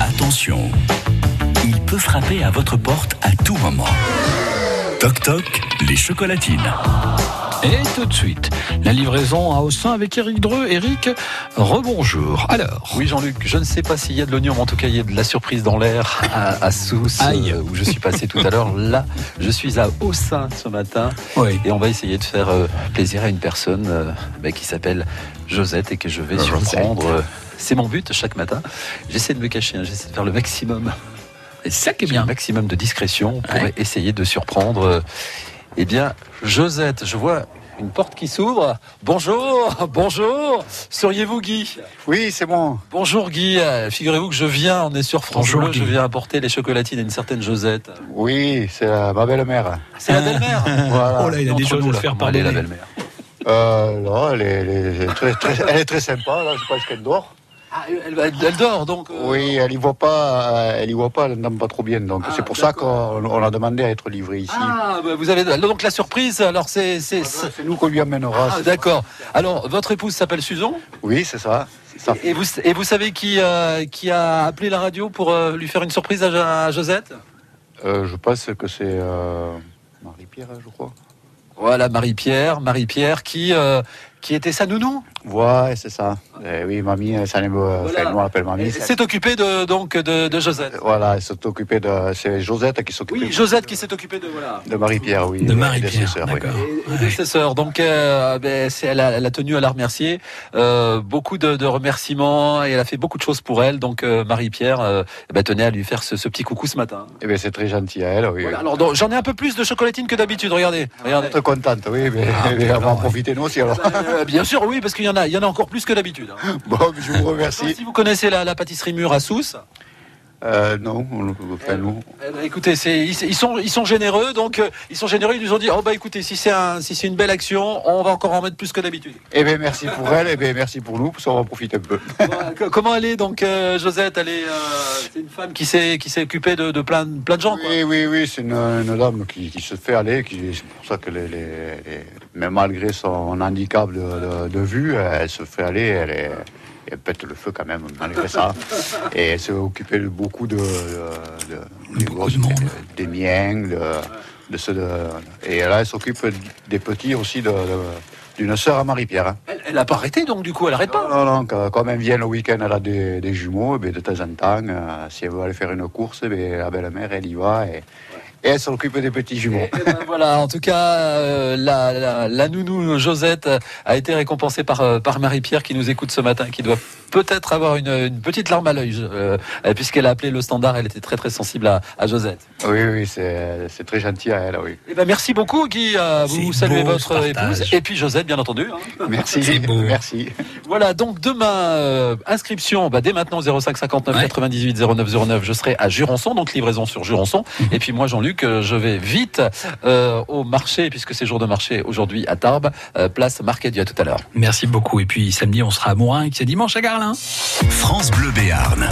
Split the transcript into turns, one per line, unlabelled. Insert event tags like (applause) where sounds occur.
Attention, il peut frapper à votre porte à tout moment. Toc toc, les chocolatines.
Et tout de suite, la livraison à Austin avec Eric Dreux. Eric, rebonjour. Alors,
Oui, Jean-Luc, je ne sais pas s'il y a de l'oignon, mais en tout cas, il y a de la surprise dans l'air à, à Sousse,
Aïe.
euh, où je suis passé tout à l'heure. Là, je suis à Haussin ce matin
oui.
et on va essayer de faire euh, plaisir à une personne euh, bah, qui s'appelle Josette et que je vais
Josette.
surprendre. euh, C'est mon but chaque matin. J'essaie de me cacher, hein, j'essaie de faire le maximum,
c'est ça qui est
le
bien.
maximum de discrétion pour
Ouais.
essayer de surprendre. euh, Eh bien, Josette, je vois une porte qui s'ouvre. Bonjour, bonjour. Seriez-vous Guy
Oui, c'est bon.
Bonjour Guy, Euh, figurez-vous que je viens, on est sur France
Bonjour,
Bleu, je
Guy.
viens apporter les chocolatines à une certaine Josette.
Oui, c'est euh, ma belle-mère.
C'est la (laughs) belle-mère
Voilà.
Oh là, il a des choses à se faire
Comment elle est,
parler.
la belle-mère
Euh, non, elle, est, elle est- elle est très, très- elle est très sympa. Là, je pense qu'elle dort.
Ah, elle, elle- elle dort donc euh,
Oui, elle y voit pas. euh, Elle y voit pas. Elle n'entend pas trop bien. Donc
Ah,
c'est pour ça
d'accord.
qu'on on a demandé à être livré ici.
Ah, bah, vous avez donc la surprise, alors c'est... c'est- c'est-
C'est nous qu'on lui amènera.
Ah,
c'est-
d'accord. Alors, votre épouse s'appelle Suzon
Oui, c'est ça. c'est ça.
et vous, et vous savez qui, euh, qui a appelé la radio pour euh, lui faire une surprise à, Jo- à Josette
Euh, je pense que c'est euh, Marie-Pierre, je crois.
Voilà, Marie-Pierre, Marie-Pierre qui, euh, qui était sa nounou
Ouais, c'est ça. Eh oui, mamie, elle s'en est- euh,
Voilà.
enfin, nous on l'appelle mamie.
Elle
c'est-
s'est occupée de, donc de, de Josette.
Voilà, elle s'est occupée de. C'est Josette qui s'occupe
Oui, Josette qui s'est occupée Euh, de... Voilà.
de Marie-Pierre, oui.
De
et
Marie-Pierre,
ses sœurs, oui.
d'accord.
et- et de ses sœurs. Donc, euh, ben, c'est- elle, a, elle a tenu à la remercier. Euh, beaucoup de, de remerciements et elle a fait beaucoup de choses pour elle. Donc, euh, Marie-Pierre euh, ben, tenait à lui faire ce, ce petit coucou ce matin.
Eh bien, c'est très gentil à elle, oui.
Voilà, alors, donc, j'en ai un peu plus de chocolatine que d'habitude. Regardez, regardez.
Très contente, oui, mais, Ah, mais on va en profiter nous aussi alors.
Euh, bien sûr, oui, parce qu'il y en a, il y en a encore plus que d'habitude. hein.
(laughs) Bon, je vous
Alors,
remercie.
Si vous connaissez la, la pâtisserie Mur à Sousse,
Euh, non, on ne peut pas, nous.
eh ben, écoutez, c'est- ils, ils sont, ils sont généreux, donc euh, ils sont généreux. Ils nous ont dit, oh bah écoutez, si c'est un, si c'est une belle action, on va encore en mettre plus que d'habitude.
Eh bien, merci pour elle, eh bien, merci pour nous, parce qu'on va en profiter un peu.
Voilà, (laughs) co- Comment elle est donc euh, Josette Elle est, euh, c'est une femme qui s'est qui s'est occupée de, de plein de- plein de gens. quoi.
Oui, oui, oui, c'est une, une dame qui, qui se fait aller, qui, c'est pour ça que, les, les- les- même malgré son handicap de, de- de vue, elle se fait aller, elle, est- elle pète le feu quand même,
(laughs)
malgré ça. Et elle s'est occupée de beaucoup de. de, de-
Beaucoup de monde.
Des miens, de, de ceux de. Et là, elle s'occupe des petits aussi, de- de- d'une sœur à Marie-Pierre. hein.
Elle, elle a pas arrêté donc du coup elle arrête
Non,
pas.
non, non, que- comme elle vient le week-end, elle a des, des jumeaux, et de temps en temps, euh, si elle veut aller faire une course, eh bien, la belle-mère, elle y va et, et elle s'occupe des petits
Ah
jumeaux.
Eh ben, voilà, en tout cas, euh, la, la, la nounou Josette a été récompensée par, euh, par Marie-Pierre qui nous écoute ce matin, qui doit peut-être avoir une, une petite larme à l'œil, je- euh, euh, puisqu'elle a appelé le standard, elle était très très sensible à, à Josette.
Oui, oui, c'est c'est très gentil à elle, oui.
Eh ben, merci beaucoup Guy, euh, vous
C'est
saluez
beau,
votre
ce
épouse,
partage.
et puis Josette bien entendu. hein.
Merci,
beau.
merci.
Voilà, donc demain, euh, inscription bah, dès maintenant au 05 59
Ouais.
98 09 09. Je serai à Jurançon, donc livraison sur Jurançon. Et puis moi, Jean-Luc, euh, je vais vite euh, au marché, puisque c'est jour de marché aujourd'hui à Tarbes, euh, place Marquet à tout à l'heure.
Merci beaucoup. Et puis samedi, on sera à Morin, et c'est dimanche à Garlin.
France Bleu Béarn.